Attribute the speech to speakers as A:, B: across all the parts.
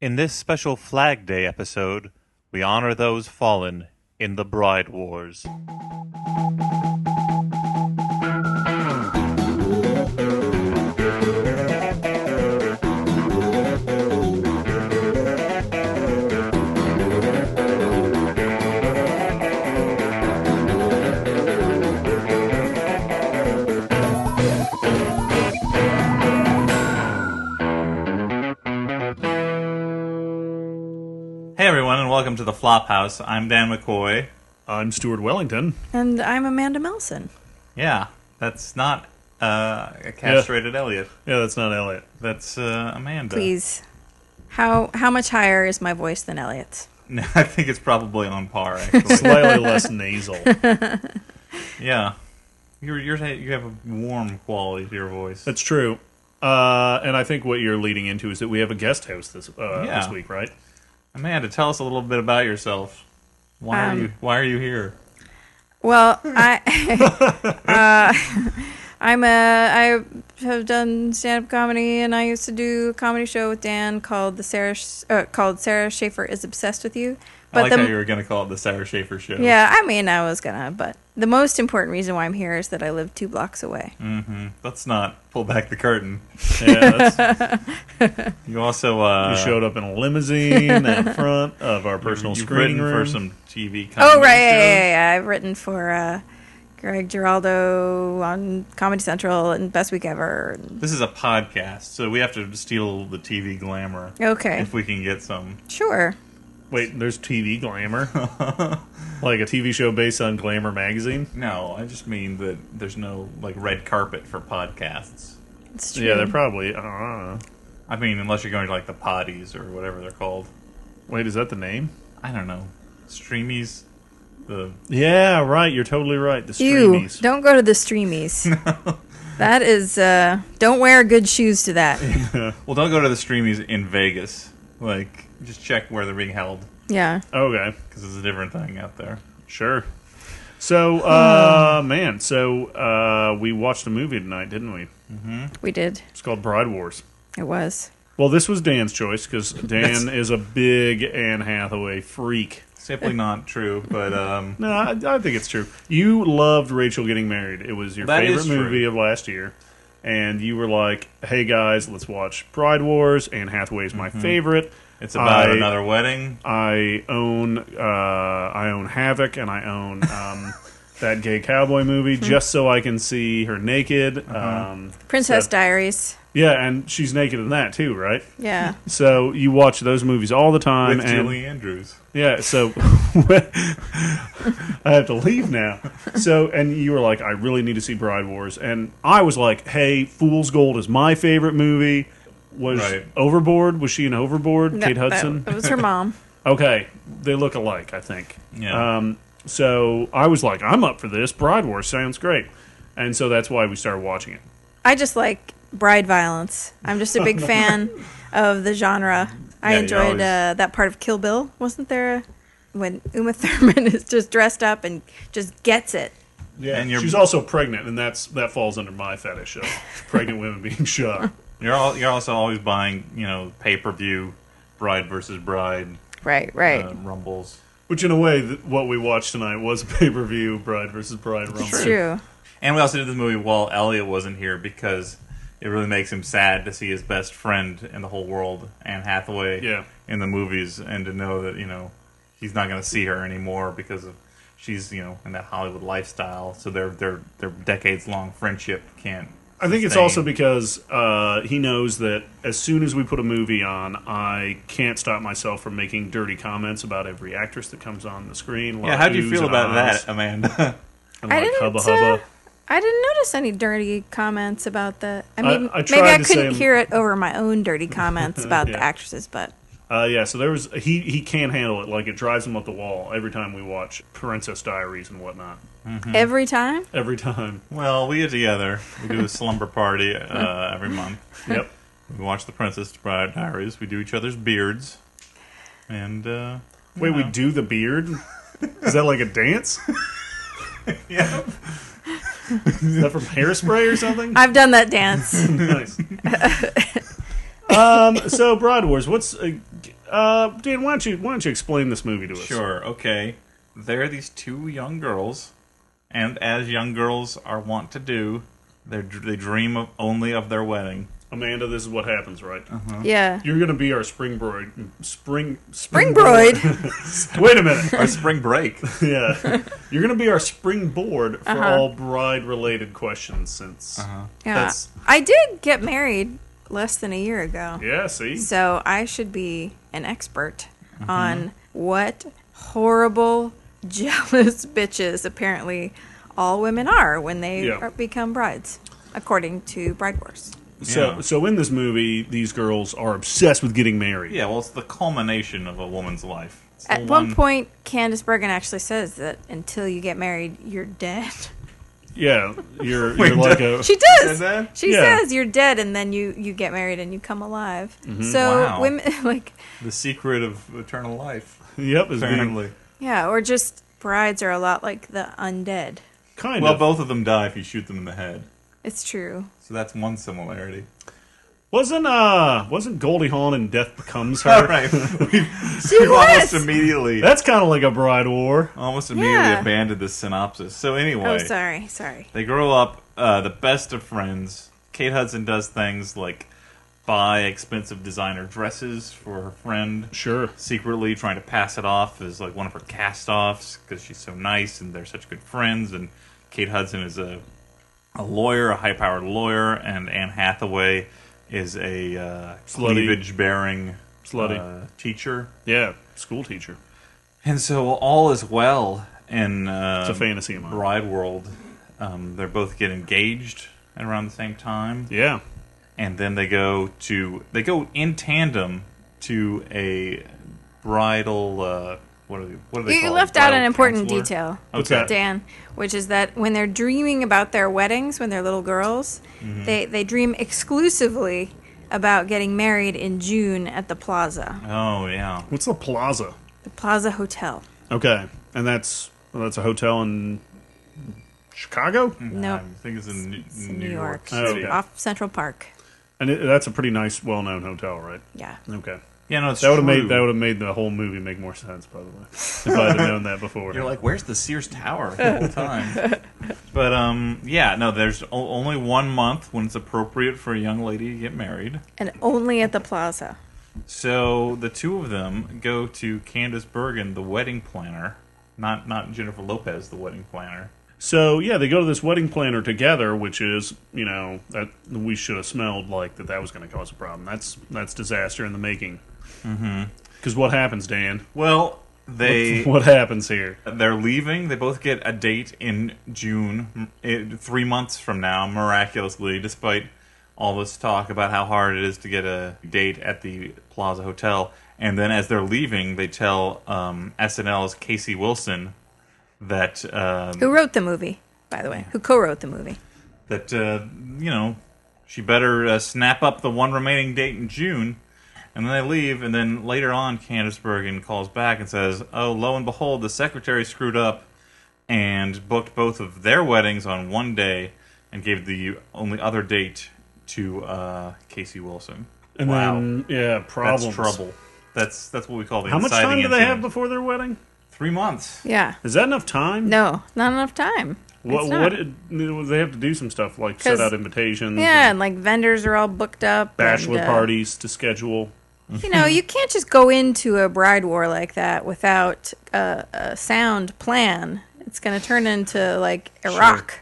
A: In this special Flag Day episode, we honor those fallen in the Bride Wars. Hey everyone, and welcome to the Flophouse. I'm Dan McCoy.
B: I'm Stuart Wellington.
C: And I'm Amanda Melson.
A: Yeah, that's not uh, a castrated Elliot.
B: Yeah, that's not Elliot.
A: That's uh, Amanda.
C: Please. How how much higher is my voice than Elliot's?
A: No, I think it's probably on par. Actually,
B: Slightly less nasal.
A: yeah, you're, you're you have a warm quality to your voice.
B: That's true. Uh, and I think what you're leading into is that we have a guest host this uh,
A: Yeah.
B: this week, right?
A: Amanda, tell us a little bit about yourself. Why are
C: Um,
A: you Why are you here?
C: Well, I uh, I'm a I have done stand up comedy and I used to do a comedy show with Dan called the Sarah Sh- uh, called Sarah Schaefer is obsessed with you.
A: I like
C: the,
A: how you were going to call it the Sarah Schaefer Show.
C: Yeah, I mean I was gonna, but the most important reason why I'm here is that I live two blocks away.
A: Let's not pull back the curtain.
B: Yeah, that's,
A: You also uh,
B: you showed up in a limousine in front of our personal
A: you've
B: screening
A: written
B: room.
A: for some TV.
C: Oh right, yeah,
A: comedy
C: yeah,
A: shows.
C: yeah, yeah. I've written for uh, Greg Giraldo on Comedy Central and Best Week Ever. And,
A: This is a podcast, so we have to steal the TV glamour
C: okay,
A: if we can get some.
C: sure.
B: Wait, there's TV glamour, like a TV show based on Glamour magazine.
A: No, I just mean that there's no like red carpet for podcasts.
C: It's true.
B: Yeah, they're probably. uh, I don't know.
A: I mean, unless you're going to like the potties or whatever they're called.
B: Wait, is that the name?
A: I don't know, streamies. The
B: Yeah, right. You're totally right. The
C: Ew,
B: streamies.
C: don't go to the streamies. That is, uh, don't wear good shoes to that.
A: well, don't go to the streamies in Vegas. Like, just check where they're being held
C: Yeah.
B: Okay.
A: because it's a different thing out there.
B: Sure. So, uh, man, so uh, we watched a movie tonight, didn't we?
C: We did.
B: It's called Bride Wars.
C: It was.
B: Well, this was Dan's choice because Dan is a big Anne Hathaway freak.
A: Simply not true, but um,
B: No, I, I think it's true. You loved Rachel Getting Married. It was your
A: That
B: favorite
A: is true.
B: movie of last year. And you were like, hey, guys, let's watch Bride Wars. Anne Hathaway is my favorite.
A: Mm-hmm. it's about
B: I-
A: another wedding.
B: I own uh, I own Havoc and I own um, that gay cowboy
A: Hmm.
B: movie just so I can see her naked.
A: Uh-huh.
B: Um,
C: Princess
B: So-
C: Diaries.
B: yeah, and she's naked in that too, right?
C: Yeah.
B: So you watch those movies all the time,
A: With
B: and
A: Julie Andrews.
B: yeah. So I have to leave now. So and you were like, I really need to see Bride Wars, and I was like, Hey, Fool's Gold is my favorite movie. Was
A: Right.
B: Overboard? Was she in Overboard?
C: No,
B: Kate
C: that-
B: Hudson.
C: It was her mom.
B: Okay, they look alike, I think.
A: Yeah.
B: Um, so I was like, I'm up for this. Bride Wars sounds great, and so that's why we started watching it.
C: I just like bride violence. I'm just a big fan of the genre. I
A: Yeah, you
C: enjoyed
A: always-
C: uh, that part of Kill Bill. Wasn't there a, when Uma Thurman is just dressed up and just gets it?
B: Yeah,
A: And you're-
B: she's also pregnant, and that's that falls under my fetish of pregnant women being shot.
A: You're all, you're also always buying, you know, pay per view, bride versus bride
C: Right, right.
A: uh, rumbles,
B: Which, in a way, th- what we watched tonight was a pay per view Bride versus Bride rumble.
C: it's true.
A: and we also did this movie while Elliot wasn't here because it really makes him sad to see his best friend in the whole world, Anne Hathaway,
B: Yeah.
A: in the movies, and to know that you know he's not going to see her anymore because of she's you know in that Hollywood lifestyle. So their their their decades long friendship can't.
B: I think it's
A: sustain.
B: also because uh, he knows that as soon as we put a movie on, I can't stop myself from making dirty comments about every actress that comes on the screen.
A: yeah. How do you feel about that, Amanda?
C: I didn't. uh, I didn't notice any dirty comments about the. I mean,
B: I
C: maybe
B: tried
C: I
B: to
C: couldn't
B: say-
C: hear it over my own dirty comments about
B: Yeah.
C: the actresses, but
B: Uh, yeah, so there was he he can't handle it. Like it drives him up the wall every time we watch Princess Diaries and whatnot. Mm-hmm.
C: every time,
B: Every time.
A: well, we get together. We do a slumber party uh, every month.
B: Yep.
A: We watch The Princess Bride Diaries. We do each other's beards, and uh,
B: Wait, we do the beard. Is that like a dance?
A: yeah,
B: Is that from hairspray or something?
C: I've done that dance.
B: nice. um. So Broad Wars. What's uh, g- Uh, Dan, why don't you why don't you explain this movie to us?
A: Sure, okay. There are these two young girls, and as young girls are wont to do, they they dream of only of their wedding.
B: Amanda, this is what happens, right?
C: Yeah.
B: You're going to be our spring broid. Spring.
C: Spring Broid.
B: Wait a minute.
A: Our spring break.
B: yeah. You're going to be our springboard for all bride related questions since.
A: Uh-huh.
C: Yeah.
B: That's-
C: I did get married less than a year ago.
B: Yeah, Mm-hmm. see?
C: So I should be an expert on what horrible, jealous bitches apparently all women are when they
B: Yeah.
C: are, become brides, according to Bride Wars.
B: So,
A: Yeah.
B: so in this movie, these girls are obsessed with getting married.
A: Yeah, well, it's the culmination of a woman's life. It's the
C: At one point, Candace Bergen actually says that until you get married, you're dead.
B: Yeah, you're
A: Wait,
B: you're like a
C: She
A: Said
C: does.
A: that?
C: She
B: Yeah.
C: says you're dead, and then you you get married and you come alive.
A: Mm-hmm.
C: So
A: Wow.
C: women like
A: The secret of eternal life,
B: yep is being
A: apparently.
C: yeah, or just brides are a lot like the undead.
B: kind
A: Well,
B: of.
A: both of them die if you shoot them in the head.
C: It's true.
A: So that's one similarity.
B: wasn't uh wasn't Goldie Hawn in Death Becomes Her?
A: All right.
C: She
A: almost
C: was.
A: immediately
B: That's kind of like a bride war.
A: almost immediately
C: Yeah.
A: abandoned this synopsis. So
C: Oh,
A: anyway,
C: sorry, sorry.
A: they grow up uh, the best of friends. Kate Hudson does things like buy expensive designer dresses for her friend,
B: Sure.
A: secretly trying to pass it off as like one of her cast-offs because she's so nice and they're such good friends. And Kate Hudson is a a lawyer, a high-powered lawyer, and Anne Hathaway is a uh,
B: Slutty.
A: cleavage-bearing
B: Slutty.
A: uh, teacher.
B: Yeah, school teacher.
A: And so all is well in uh,
B: It's a fantasy of mine.
A: bride world. Um, they're both get engaged at around the same time,
B: Yeah.
A: and then they go to they go in tandem to a bridal. Uh, what are they? What are they?
C: You
A: called?
C: left out
A: Bridal
C: an important
A: counselor?
C: detail,
B: What's
A: Okay.
B: that?
C: Dan, which is that when they're dreaming about their weddings when they're little girls,
A: Mm-hmm.
C: they they dream exclusively about getting married in June at the Plaza,
A: Oh yeah.
B: What's the plaza?
C: the Plaza Hotel.
B: Okay, and that's well, that's a hotel in Chicago,
C: No,
A: I think it's in New,
C: it's in
A: New York.
B: Oh,
A: City.
B: okay.
C: off Central Park.
B: and it, that's a pretty nice, well-known hotel, right?
C: Yeah.
B: Okay,
A: Yeah, no, it's
B: that would have
A: true.
B: made that would have made the whole movie make more sense. By the way, if I'd have known that before.
A: You're like, where's the Sears Tower the whole time? but um, yeah, no, there's o- only one month when it's appropriate for a young lady to get married.
C: And only at the Plaza.
A: So the two of them go to Candace Bergen, the wedding planner, not not Jennifer Lopez, the wedding planner.
B: So yeah, they go to this wedding planner together, which is you know that we should have smelled like that that was going to cause a problem. That's that's disaster in the making. Because mm-hmm. what happens, Dan?
A: Well, they
B: What happens here?
A: they're leaving. They both get a date in June, m- it, three months from now, miraculously, despite all this talk about how hard it is to get a date at the Plaza Hotel. And then as they're leaving, they tell um, SNL's Casey Wilson that um,
C: Who wrote the movie, by the way? Who co-wrote the movie?
A: that uh, you know she better uh, snap up the one remaining date in June, and then they leave. And then later on, Candace Bergen calls back and says, "Oh, lo and behold, the secretary screwed up and booked both of their weddings on one day, and gave the only other date to uh, Casey Wilson."
B: And
A: wow,
B: then yeah, problems.
A: that's trouble. That's that's what we call the.
B: How much time
A: inciting
B: do they have
A: incident.
B: before their wedding?
A: Three months.
C: Yeah.
B: Is that enough time?
C: No, not enough time.
B: What,
C: It's
B: what
C: not.
B: did, they have to do some stuff like set
C: 'Cause-
B: out invitations,
C: yeah,
B: and
C: and like vendors are all booked up. and,
B: bachelor
C: uh,
B: parties to schedule.
C: You know, you can't just go into a bride war like that without a, a sound plan. It's going to turn into like Iraq.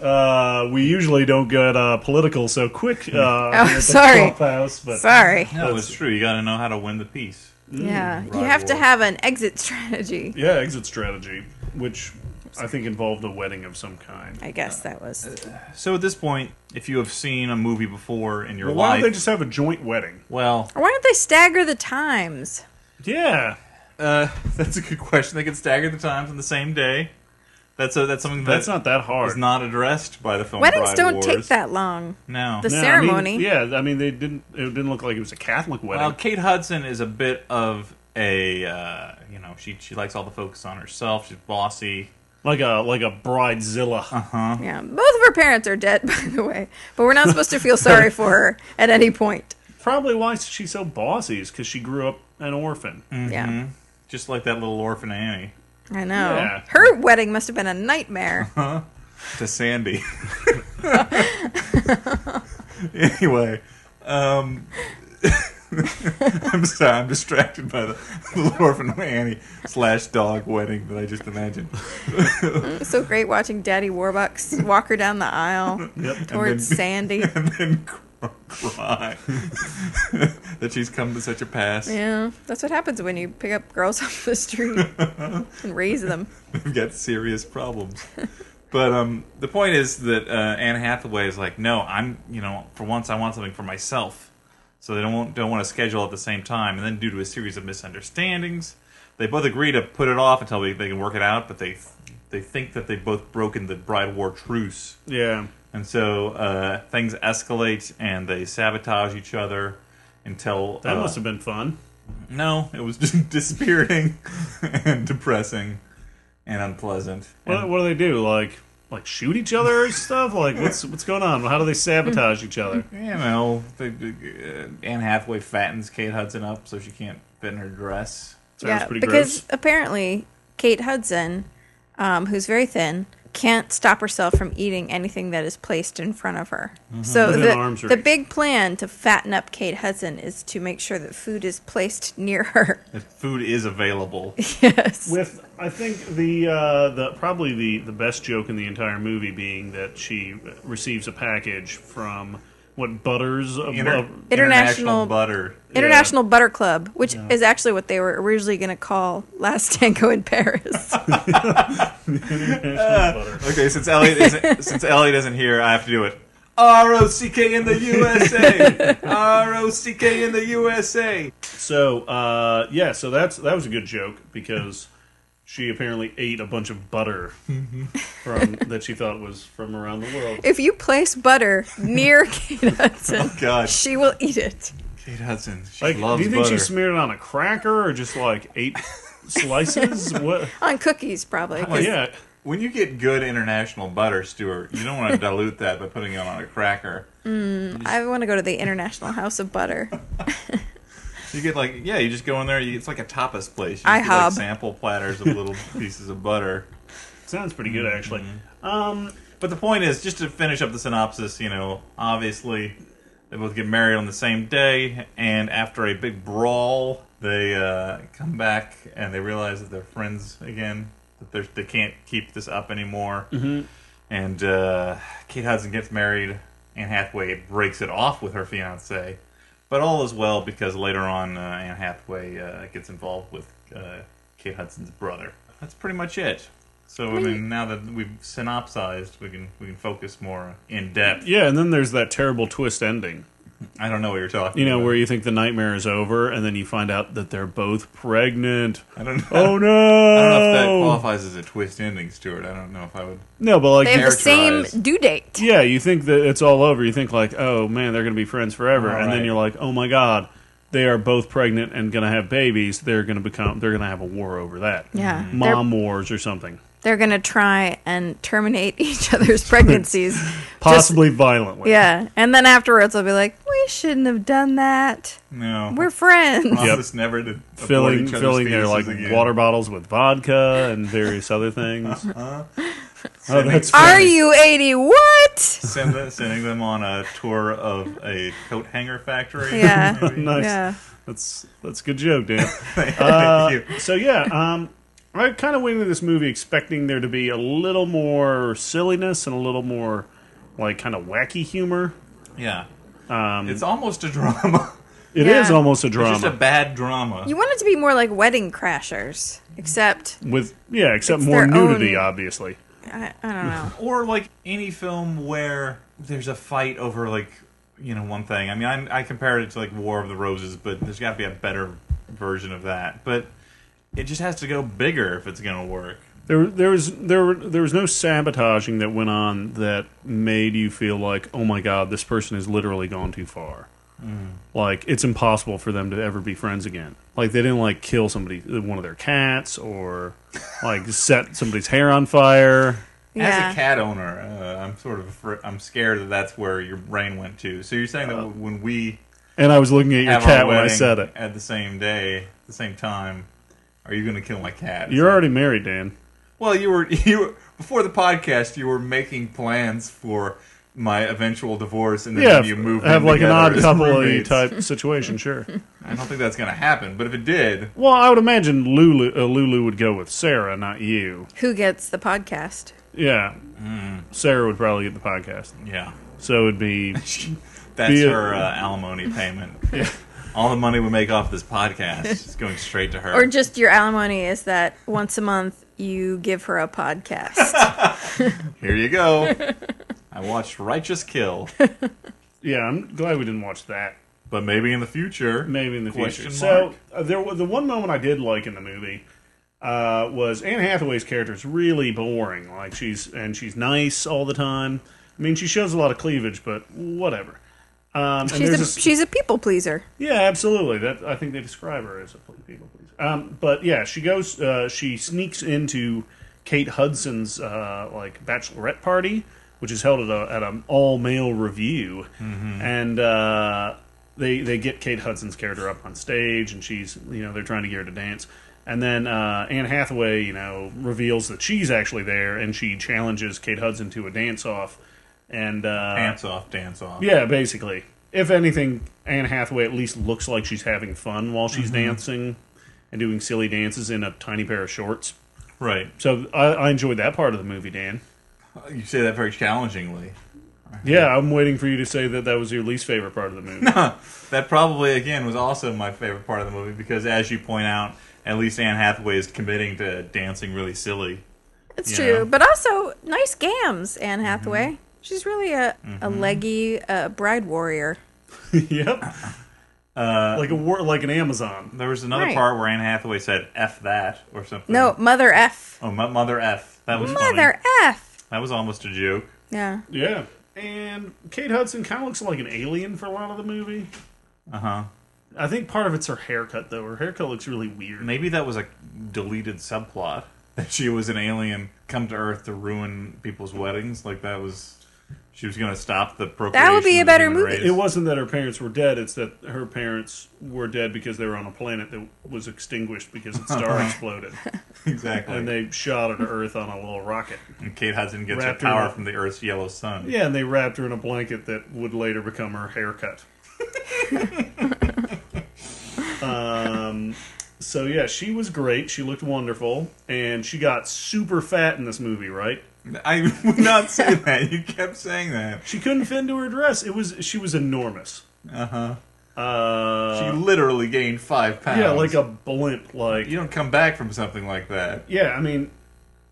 B: Uh, we usually don't get uh, political so quick. Uh, oh,
C: sorry.
B: House, but
C: Sorry.
A: No, it's true. You got to know how to win the peace.
C: yeah, you
A: bride
C: have to
A: war.
C: have an exit strategy.
B: yeah, exit strategy, which I think involved a wedding of some kind.
C: I guess that was.
A: So at this point, if you have seen a movie before in your
B: Well, why
A: life,
B: don't they just have a joint wedding?
A: well,
C: Why don't they stagger the times?
B: Yeah,
A: Uh, that's a good question. They could stagger the times on the same day. That's a, that's something that
B: that's not that hard.
A: was not addressed by the film.
C: Weddings
A: Bride
C: don't take
A: Wars.
C: that long.
A: No.
C: The
B: No, I mean,
C: ceremony.
B: yeah, I mean they didn't. It didn't look like it was a Catholic wedding.
A: well, Kate Hudson is a bit of a uh, you know she she likes all the focus on herself. She's bossy.
B: like a like a bridezilla.
C: Yeah, both of her parents are dead, by the way. But we're not supposed to feel sorry for her at any point.
B: probably why she's so bossy is because she grew up an orphan.
A: Mm-hmm.
C: Yeah.
A: Just like that little orphan Annie
C: I know.
B: Yeah.
C: Her wedding must have been a nightmare.
A: to Sandy. anyway, um, I'm sorry, I'm distracted by the, the little orphan Annie slash dog wedding that I just imagined.
C: It's so great watching Daddy Warbucks walk her down the aisle towards
A: then-
C: Sandy.
A: and then cr- cry that she's come to such a pass.
C: Yeah, that's what happens when you pick up girls off the street and raise them.
A: They've got serious problems. But um, the point is that uh, Anne Hathaway is like, no, I'm, you know, for once I want something for myself. So they don't want, don't want to schedule at the same time. And then due to a series of misunderstandings, they both agree to put it off until they, they can work it out. But they they think that they've both broken the bride war truce.
B: Yeah.
A: And so uh, things escalate and they sabotage each other until
B: That
A: uh,
B: must have been fun.
A: no, it was just dispiriting and depressing and unpleasant.
B: What, what do they do? Like like shoot each other and stuff? Like what's what's going on? How do they sabotage each other?
A: And, you know, the, the, uh, Anne Hathaway fattens Kate Hudson up so she can't fit in her dress.
B: Sounds pretty
C: because
B: gross.
C: apparently Kate Hudson, um, who's very thin, can't stop herself from eating anything that is placed in front of her. So
B: Mm-hmm. Within
C: the,
B: arm's
C: the
B: reach.
C: big plan to fatten up Kate Hudson is to make sure that food is placed near her.
A: If food is available,
C: yes.
B: With I think the uh, the probably the, the best joke in the entire movie being that she receives a package from what butters of,
A: Inter-
B: of-
C: International-
A: butter.
C: International Butter Club, which is actually what they were originally going to call Last Tango in Paris.
B: butter.
A: Okay, since Elliot isn't, since Elliot isn't here, I have to do it. R O C K in the USA. R O C K in the USA.
B: So uh, yeah, so that's that was a good joke because she apparently ate a bunch of butter from that she thought was from around the world.
C: if you place butter near Kate Hudson,
A: Oh,
B: Oh,
A: God,
C: she will eat it.
A: Kate Hudson. She
B: Like,
A: loves
B: do you think
A: butter.
B: she smeared it on a cracker or just like eight slices? What?
C: On cookies, probably. 'cause-
B: Well, yeah,
A: When you get good international butter, Stuart, you don't want to dilute that by putting it on a cracker.
C: I want to go to the International House of Butter.
A: You get like, yeah, you just go in there. You, it's like a tapas place. You
C: IHOP.
A: get like sample platters of little pieces of butter.
B: sounds pretty good actually.
A: Mm-hmm. But the point is, just to finish up the synopsis, you know, obviously they both get married on the same day, and after a big brawl, they uh, come back and they realize that they're friends again. That they're, they can't keep this up anymore. Mm-hmm. And uh, Kate Hudson gets married, Anne Hathaway breaks it off with her fiance. But all is well because later on, uh, Anne Hathaway uh, gets involved with uh, Kate Hudson's brother. That's pretty much it. So I mean, now that we've synopsized, we can we can focus more in depth.
B: Yeah, and then there's that terrible twist ending.
A: I don't know what you're talking.
B: You know,
A: about.
B: where you think the nightmare is over, and then you find out that they're both pregnant.
A: I don't know.
B: Oh no!
A: I don't know if that
B: Oh!
A: qualifies as a twist ending, Stuart. I don't know if I would.
B: No, but like
C: They have the same
A: Characterized.
C: due date.
B: Yeah, you think that it's all over. You think like, oh man, they're gonna be friends forever,
A: All
B: and
A: right.
B: then you're like, oh my god, they are both pregnant and gonna have babies. They're gonna become. They're gonna have a war over that.
C: Yeah. Mhm.
B: Mm-hmm. mom wars or something,
C: They're going to try and terminate each other's pregnancies.
B: possibly violently.
C: yeah. And then afterwards, I'll be like, we shouldn't have done that.
A: No,
C: We're friends.
A: promise
B: Yep.
A: never to abort
B: Filling,
A: each other's
B: filling their
A: fetuses
B: like
A: again.
B: water bottles with vodka and various other things. oh, that's
C: Are
B: funny.
C: you 80? What?
A: Send them, sending them on a tour of a coat hanger factory.
C: Yeah.
A: maybe.
B: nice.
C: Yeah.
B: That's that's a good joke, Dan. Uh,
A: Thank you.
B: so yeah, um, I kind of went into this movie expecting there to be a little more silliness and a little more like kind of wacky humor.
A: Yeah. it's almost a drama.
B: It is
C: Yeah.
B: almost a
A: It's
B: Um, drama
A: just a bad drama.
C: You want it to be more like Wedding Crashers, except,
B: with yeah, except
C: It's
B: more
C: their own-
B: nudity, obviously.
C: I, I don't know.
A: or like any film where there's a fight over like you know one thing. I mean, I'm, I compared it to like War of the Roses, but there's got to be a better version of that. But it just has to go bigger if it's gonna work.
B: There, there was there were- there was no sabotaging that went on that made you feel like, oh my god, this person has literally gone too far.
A: Mm.
B: Like it's impossible for them to ever be friends again. Like they didn't like kill somebody, one of their cats, or like set somebody's hair on fire.
A: As a cat owner, uh, I'm sort of afraid, I'm scared that that's where your brain went to. So you're saying that when we
B: And I was looking at Oh. your
A: have our
B: cat when I
A: wedding
B: said it.
A: at the same day, at the same time. Are you going to kill my cat? It's
B: You're
A: like-
B: already married, Dan.
A: Well, you were you were, before the podcast. You were making plans for my eventual divorce, and then
B: Yeah,
A: you moved.
B: have
A: in
B: like an
A: together
B: odd
A: as
B: couple
A: roommates.
B: type situation, sure.
A: I don't think that's going to happen. But if it did,
B: Well, I would imagine Lulu uh, Lulu would go with Sarah, not you.
C: Who gets the podcast?
B: Yeah,
A: Mm.
B: Sarah would probably get the podcast,
A: yeah,
B: so it'd be
A: that's
B: Be a-
A: her uh, alimony payment. All the money we make off this podcast is going straight to her.
C: Or just your alimony is that once a month you give her a podcast.
A: Here you go. I watched Righteous Kill,
B: yeah. I'm glad we didn't watch that.
A: but maybe in the future,
B: Maybe in the
A: Question
B: future.
A: mark.
B: So uh, there, wa- the one moment I did like in the movie uh, was Anne Hathaway's character is really boring. Like she's and she's nice all the time. I mean, she shows a lot of cleavage, but whatever. Um, and
C: she's
B: there's
C: a
B: this-
C: she's a people pleaser.
B: Yeah, absolutely. That I think they describe her as a ple- people pleaser. Um, but yeah, she goes. Uh, she sneaks into Kate Hudson's uh, like bachelorette party, which is held at a at an all male review, and uh, they they get Kate Hudson's character up on stage, and she's you know they're trying to get her to dance. And then uh, Anne Hathaway, you know, reveals that she's actually there, and she challenges Kate Hudson to a dance off. And uh,
A: dance off, dance off.
B: yeah, basically. If anything, Anne Hathaway at least looks like she's having fun while she's dancing and doing silly dances in a tiny pair of shorts.
A: Right. Uh,
B: So I, I enjoyed that part of the movie, Dan.
A: You say that very challengingly.
B: Yeah, I'm waiting for you to say that that was your least favorite part of the movie.
A: That probably again was also my favorite part of the movie because, as you point out, at least Anne Hathaway is committing to dancing really silly.
C: It's
A: Yeah. Mm-hmm.
C: true, but also nice gams. Anne Hathaway. She's really a, a leggy uh, bride warrior.
B: yep. Uh, like a war, like an Amazon.
A: There was another
C: Right.
A: part where Anne Hathaway said "f that" or something.
C: No, Mother F.
A: oh, mo- mother f. That was funny.
C: Mother F.
A: That was almost a joke.
C: Yeah.
B: Yeah. And Kate Hudson kind of looks like an alien for a lot of the movie.
A: Uh
B: Uh-huh.
A: huh.
B: I think part of it's her haircut though. Her haircut looks really weird.
A: Maybe that was a deleted subplot that she was an alien come to Earth to ruin people's weddings. Like that was, she was going to stop the procreation.
C: That would be a
A: of the
C: better
A: human
C: movie.
A: race.
B: It wasn't that her parents were dead, it's that her parents were dead because they were on a planet that was extinguished because its star exploded.
A: exactly.
B: And they shot her to Earth on a little rocket.
A: And Kate Hudson gets her
B: Wrapped her
A: power
B: up.
A: from the Earth's yellow sun.
B: Yeah, and they wrapped her in a blanket that would later become her haircut. um, so, yeah, she was great. She looked wonderful. And she got super fat in this movie, right?
A: I would not say that. You kept saying that.
B: She couldn't fit into her dress. It was She was enormous. Uh-huh.
A: Uh
B: Uh,
A: huh. She literally gained five pounds.
B: yeah, like a blimp. Like
A: You don't come back from something like that.
B: Yeah, I mean,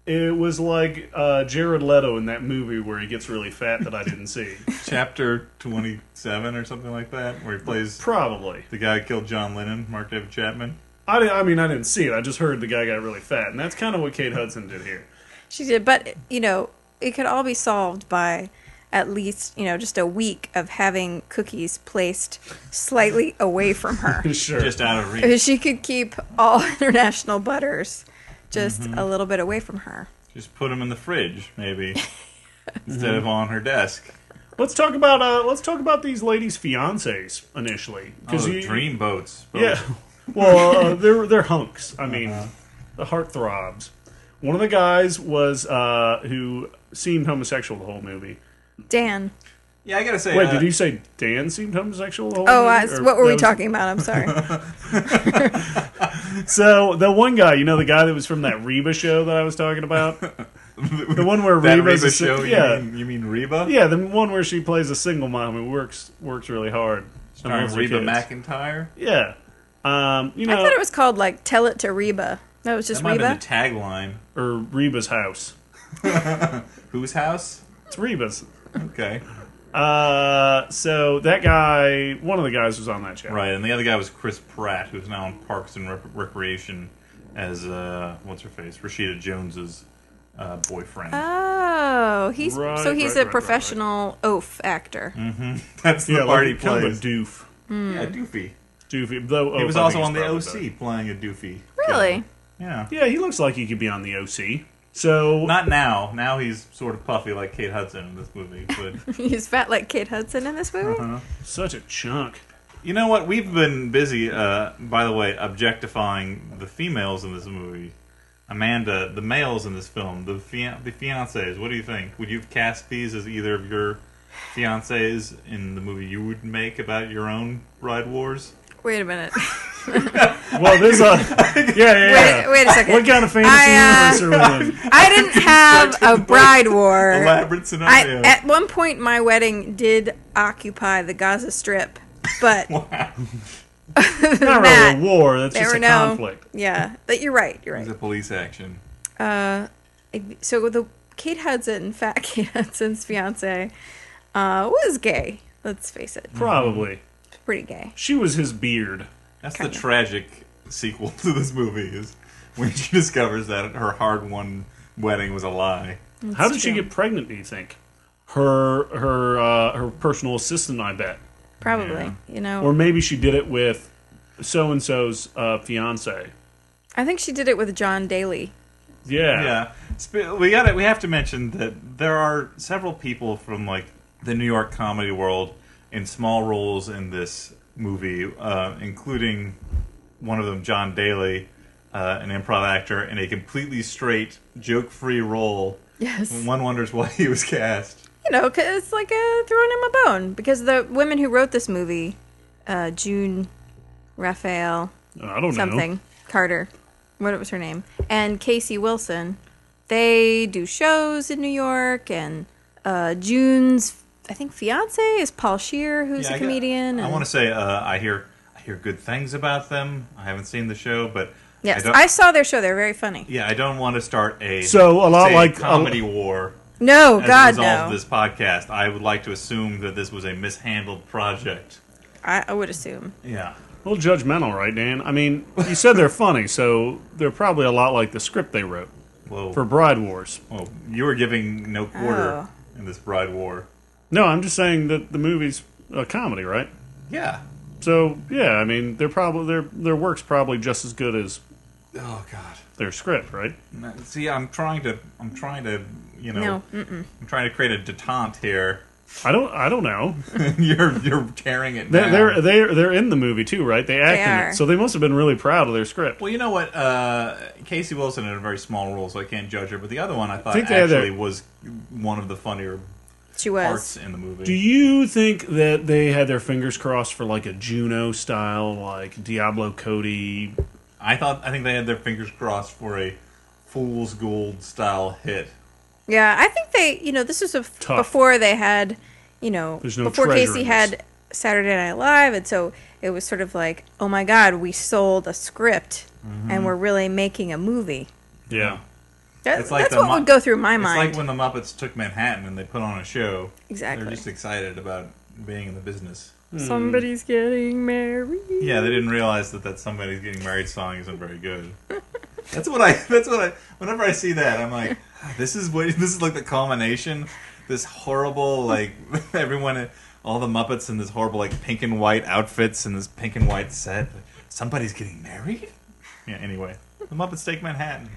B: it was like uh, Jared Leto in that movie where he gets really fat that I didn't see.
A: Chapter 27 or something like that, where he plays
B: Probably.
A: the guy who killed John Lennon, Mark David Chapman.
B: I, di- I mean, I didn't see it. I just heard the guy got really fat, and that's kind of what Kate Hudson did here.
C: She did, but you know, it could all be solved by at least you know just a week of having cookies placed slightly away from her.
B: sure.
A: Just out of reach.
C: If she could keep all international butters just
A: Mm-hmm.
C: a little bit away from her.
A: Just put him in the fridge, maybe, instead of on her desk.
B: let's talk about uh, let's talk about these ladies' fiancés initially
A: Oh,
B: you-
A: dream boats. both.
B: Yeah. Well, uh, they're they're hunks. I mean,
A: Uh-huh.
B: the heart throbs. One of the guys was uh, who seemed homosexual the whole movie.
C: Dan.
A: Yeah, I gotta say.
B: Wait,
A: uh,
B: did you say Dan seemed homosexual? The whole
C: Oh,
B: movie,
C: I,
B: Or
C: what
B: that
C: were we
B: was-
C: talking about? I'm sorry.
B: So the one guy, you know, the guy that was from that Reba show that I was talking about, the one where
A: uh, that
B: Reba's
A: Reba
B: a si-
A: show?
B: yeah,
A: You mean, you mean Reba?
B: yeah, the one where she plays a single mom who works works really hard. and
A: Starring
B: loves her
A: Reba
B: kids.
A: McIntyre.
B: Yeah, um, you
C: I
B: know,
C: thought it was called like "Tell It to Reba." That was
A: That
C: just
A: might
C: Reba.
A: have been the tagline.
B: or Reba's house.
A: Whose house?
B: It's Reba's.
A: Okay.
B: Uh, so that guy, one of the guys, was on that show.
A: Right, and the other guy was Chris Pratt, who's now in Parks and Rec- Recreation as uh, what's her face, Rashida Jones's uh, boyfriend.
C: Oh, he's
B: Right,
C: so
B: right,
C: he's
B: Mm-hmm. right, right,
C: a
B: right.
C: professional oaf actor.
A: That's the
B: Yeah,
A: part
B: like,
A: he
B: kind of
A: plays. Hmm. Oh,
B: a doof.
A: Yeah, Doofy.
B: Doofy. Though oh,
A: He was also on the OC
B: OC.
A: playing a Doofy.
C: Really?
A: Yeah.
B: Yeah, he looks like he could be on the OC. So
A: Not now. Now he's sort of puffy like Kate Hudson in this movie, but
B: Uh-huh.
A: Uh-huh.
C: he's fat like Kate Hudson in this movie.
B: such a chunk.
A: You know what? We've been busy, uh, by the way, objectifying the females in this movie. Amanda, the males in this film, the fian- the fiancés. What do you think? Would you have cast these as either of your fiancés in the movie you would make about your own bride wars?
C: Wait a minute.
B: Well, there's a yeah, yeah, yeah.
C: Wait, wait a second.
B: What kind of fantasy
C: I, uh,
B: universe are we in?
C: I didn't have a bride war.
A: Elaborate
C: Er, I,
A: scenario.
C: at one point, my wedding did occupy the Gaza Strip, but
A: wow.
B: Not
C: Matt,
B: really a war. That's
C: there
B: just
C: were
B: a
C: no-
B: conflict.
C: yeah, but you're right. You're
A: It was
C: right.
A: a police action.
C: Uh, so the Kate Hudson, fat Kate Hudson's fiance, uh, was gay. Let's face it,
B: Mm. Probably.
C: pretty gay.
B: She was his beard.
A: That's
C: Kinda.
A: the tragic sequel to this movie is when she discovers that her hard-won wedding was a lie.
B: How did she
C: true.
B: get pregnant? Do you think? Her her uh, her personal assistant, I bet,
C: Probably,
A: Yeah.
C: you know.
B: or maybe she did it with so and so's uh, fiance.
C: I think she did it with John Daly.
B: Yeah.
A: Yeah, Sp- we got to We have to mention that there are several people from like the New York comedy world in small roles in this movie, uh, including one of them, John Daly, uh, an improv actor, in a completely straight, joke-free role.
C: Yes.
A: One wonders why he was cast.
C: you know, 'cause it's like uh, throwing him a bone because the women who wrote this movie, uh, June, Raphael,
B: Uh, I
A: Oh,
B: don't
C: something
B: know.
C: Carter, what was her name, and Casey Wilson, they do shows in New York, and uh, June's I think fiance is Paul Shear, who's
A: Yeah,
C: a
A: I got-
C: comedian.
A: I,
C: and-
A: want to say uh, I hear I hear good things about them. I haven't seen the show, but
C: yes,
A: I
C: I,
A: don't,
C: saw their show. They're very funny.
A: yeah, I don't want to start a
B: So, a lot
A: say,
B: like- um,
A: comedy war.
C: No,
A: As
C: God
A: a result
C: no.
A: of this podcast, I would like to assume that this was a mishandled project.
C: I, I would assume.
A: Yeah.
B: A little judgmental, right, Dan? I mean, you said they're funny, so they're probably a lot like the script they wrote
A: Whoa.
B: for Bride Wars.
A: Whoa. oh, you were giving no quarter
C: Oh.
A: in this bride war.
B: No, I'm just saying that the movie's a comedy, right?
A: Yeah.
B: So yeah, I mean, they're probably their their work's probably just as good as
A: Oh God.
B: their script, right?
A: No, See, I'm trying to. I'm trying to. You know.
C: No,
A: I'm trying to create a detente here.
B: I don't I don't know.
A: you're you're tearing it
B: They're
A: down.
B: they're they're, they're in the movie too, right? They act in
C: are.
B: it, so they must have been really proud of their script.
A: well, you know what? Uh, Casey Wilson had a very small role, so I can't judge her. But the other one, I thought
B: Think they had
A: actually
B: their-
A: was one of the funnier
C: she
A: parts
C: was.
A: in the movie.
B: Do you think that they had their fingers crossed for like a Juno style, like Diablo Cody?
A: I thought I think they had their fingers crossed for a fool's gold style hit.
C: Yeah, I think they, you know, this was a f-
B: Tough.
C: before they had, you know,
B: There's no
C: before
B: treasure
C: Casey
B: in
C: had Saturday Night Live, and so it was sort of like, oh my God, we sold a script
B: Mm-hmm.
C: and we're really making a movie.
B: Yeah.
C: That,
A: It's like
C: that's
A: the
C: what
A: Mu-
C: would go through my
A: it's
C: mind.
A: like when the Muppets took Manhattan and they put on a show. They're
C: Exactly.
A: just excited about being in the business.
C: Somebody's getting married.
A: Yeah, they didn't realize that that somebody's getting married song isn't very good. That's what I. That's what I. Whenever I see that, I'm like, "Ah, this is what. This is like the culmination. This horrible like everyone, all the Muppets in this horrible like pink and white outfits and this pink and white set. Like, somebody's getting married. Yeah. Anyway, the Muppets take Manhattan.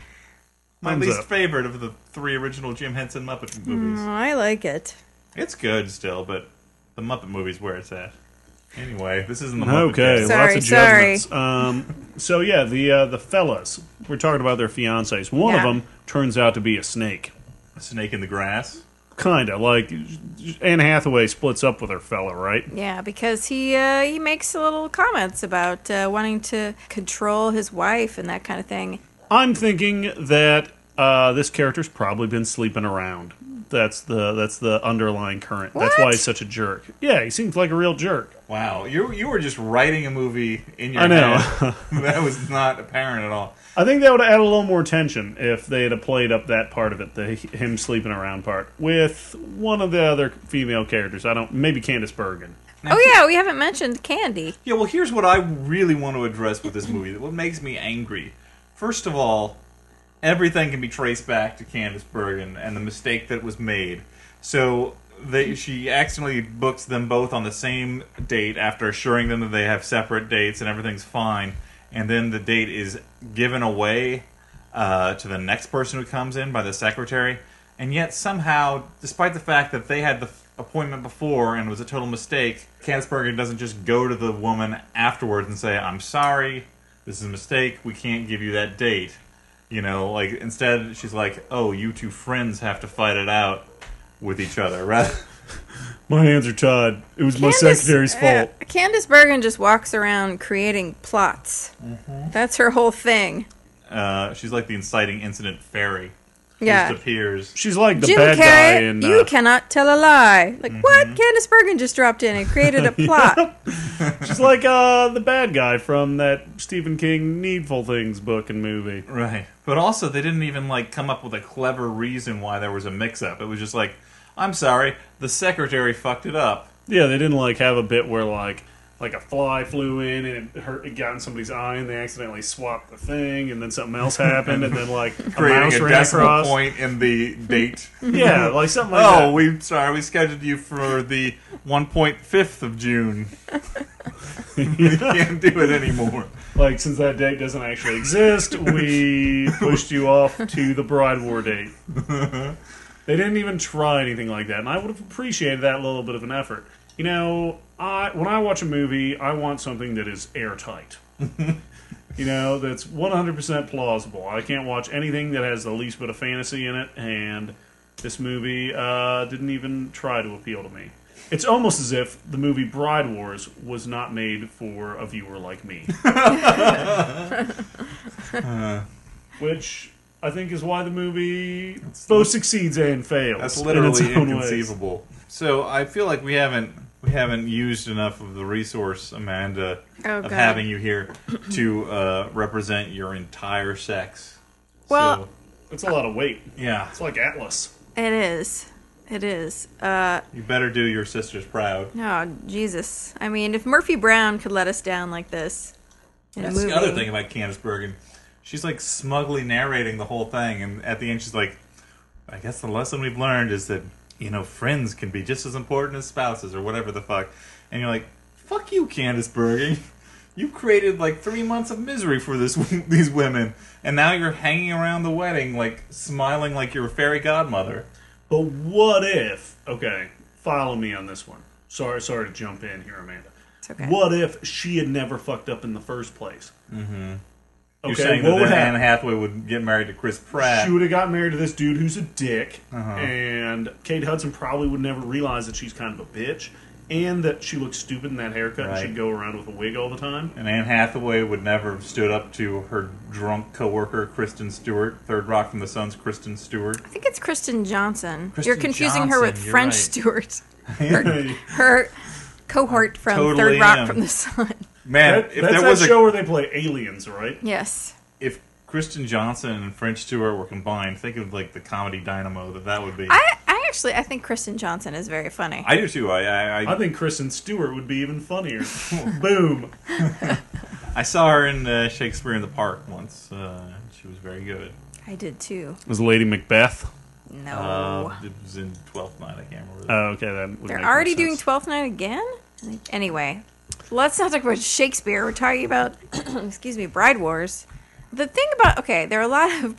A: My
B: Thumbs
A: least
B: up. Mm.
A: favorite of the three original Jim Henson Muppet movies.
C: Oh, I like it.
A: It's good still, but the Muppet movie's where it's at. Anyway, this isn't the Muppet.
B: Okay,
A: Cast.
C: Sorry,
B: lots of
C: sorry.
B: judgments. Um, so yeah, the uh, the fellas we're talking about their fiancées. One
C: Yeah.
B: of them turns out to be a snake,
A: Snake in the grass.
B: kinda like Anne Hathaway splits up with her fella, right?
C: Yeah, because he uh, he makes little comments about uh, wanting to control his wife and that kind of thing.
B: I'm thinking that uh, this character's probably been sleeping around. That's the that's the underlying current. That's why
C: What?
B: he's such a jerk. Yeah, he seems like a real jerk.
A: Wow, you you were just writing a movie in your
B: I know.
A: head. that was not apparent at all.
B: I think that would add a little more tension if they had played up that part of it, the him sleeping around part, with one of the other female characters. I don't maybe Candice Bergen.
A: Now,
C: oh yeah, we haven't mentioned Candy.
A: Yeah, well, here's what I really want to address with this movie. What makes me angry? First of all, everything can be traced back to Candace Bergen and the mistake that was made. So they, she accidentally books them both on the same date after assuring them that they have separate dates and everything's fine. And then the date is given away uh, to the next person who comes in by the secretary. And yet somehow, despite the fact that they had the f- appointment before and it was a total mistake, Candace Bergen doesn't just go to the woman afterwards and say, I'm sorry, this is a mistake, we can't give you that date. You know, like instead she's like, Oh, you two friends have to fight it out with each other rather
B: My hands are tied. It was my secretary's fault.
C: uh, Candace Bergen just walks around creating plots.
B: Mm-hmm.
C: That's her whole thing.
A: uh, she's like the inciting incident fairy. who
C: Yeah.
A: Just appears.
B: She's like the
C: Jim
B: bad guy
C: Carrey,
B: in
C: you
B: uh, Mm-hmm.
C: cannot tell a lie. Like what? Candace Bergen just dropped in and created a plot.
B: She's like uh, the bad guy from that Stephen King Needful Things book and movie.
A: Right. But also they didn't even like come up with a clever reason why there was a mix up. It was just like, I'm sorry, the secretary fucked it up.
B: Yeah, they didn't like have a bit where like like a fly flew in and it hurt it got in somebody's eye and they accidentally swapped the thing and then something else happened and then like a mouse
A: creating a
B: ran
A: decimal
B: across.
A: point in the date.
B: Yeah, like something like
A: oh,
B: that.
A: we sorry, we scheduled you for the one point fifth of June. we can't do it anymore.
B: Like since that date doesn't actually exist, we pushed you off to the bride war date. They didn't even try anything like that, and I would have appreciated that little bit of an effort. You know, I when I watch a movie, I want something that is airtight. you know, that's 100% plausible. I can't watch anything that has the least bit of fantasy in it, and this movie uh, didn't even try to appeal to me. It's almost as if the movie Bride Wars was not made for a viewer like me. Uh, Which I think is why the movie both succeeds and fails.
A: That's
B: in its
A: literally
B: own ways.
A: inconceivable. So I feel like we haven't we haven't used enough of the resource, Amanda,
C: Oh,
A: of
C: God.
A: having you here to uh, represent your entire sex.
C: Well-
B: It's a lot of weight.
A: so, yeah,
B: It's like Atlas.
C: It is. It is. Uh,
A: you better do your sisters proud.
C: oh, Jesus. I mean, if Murphy Brown could let us down like this in
A: That's
C: a movie.
A: the other thing about Candace Bergen. She's like smugly narrating the whole thing, and at the end, she's like, "I guess the lesson we've learned is that you know friends can be just as important as spouses, or whatever the fuck." And you're like, "Fuck you, Candace Bergen! You created like three months of misery for this these women, and now you're hanging around the wedding like smiling like you're a fairy godmother."
B: But what if? Okay, follow me on this one. Sorry, sorry to jump in here, Amanda.
C: It's okay.
B: What if she had never fucked up in the first place? Mm-hmm.
A: You're
B: Okay,
A: saying
B: what
A: that
B: would
A: then Anne
B: happen?
A: Hathaway would get married to Chris Pratt.
B: She would have got married to this dude who's a dick,
A: Uh-huh.
B: and Kate Hudson probably would never realize that she's kind of a bitch, and that she looks stupid in that haircut and
A: Right.
B: she'd go around with a wig all the time.
A: And Anne Hathaway would never have stood up to her drunk coworker Kristen Stewart, Third Rock from the Sun's Kristen Stewart.
C: I think it's Kristen Johnson.
A: Kristen
C: you're confusing her with
A: Johnson, you're
C: French
A: right.
C: Stewart. Her, her cohort from
A: Totally
C: Third Rock
A: am.
C: from the Sun.
A: Man,
B: That-
A: if
B: that's
A: there
B: that
A: was
B: show
A: a
B: where they play aliens, right?
C: Yes.
A: if Kristen Johnson and French Stewart were combined, think of like the comedy dynamo that that would be.
C: I, I actually I think Kristen Johnson is very funny.
A: I do too. I I,
B: I
A: I,
B: think Kristen Stewart would be even funnier. Boom.
A: I saw her in uh, Shakespeare in the Park once. Uh, she was very good.
C: I, did too.
B: Was Lady Macbeth?
C: No.
A: Uh, it was in Twelfth Night. I can't remember.
B: Oh, okay, that would
C: They're already doing Twelfth Night again? Anyway, let's not talk about Shakespeare. We're talking about, excuse me, Bride Wars. The thing about, okay, there are a lot of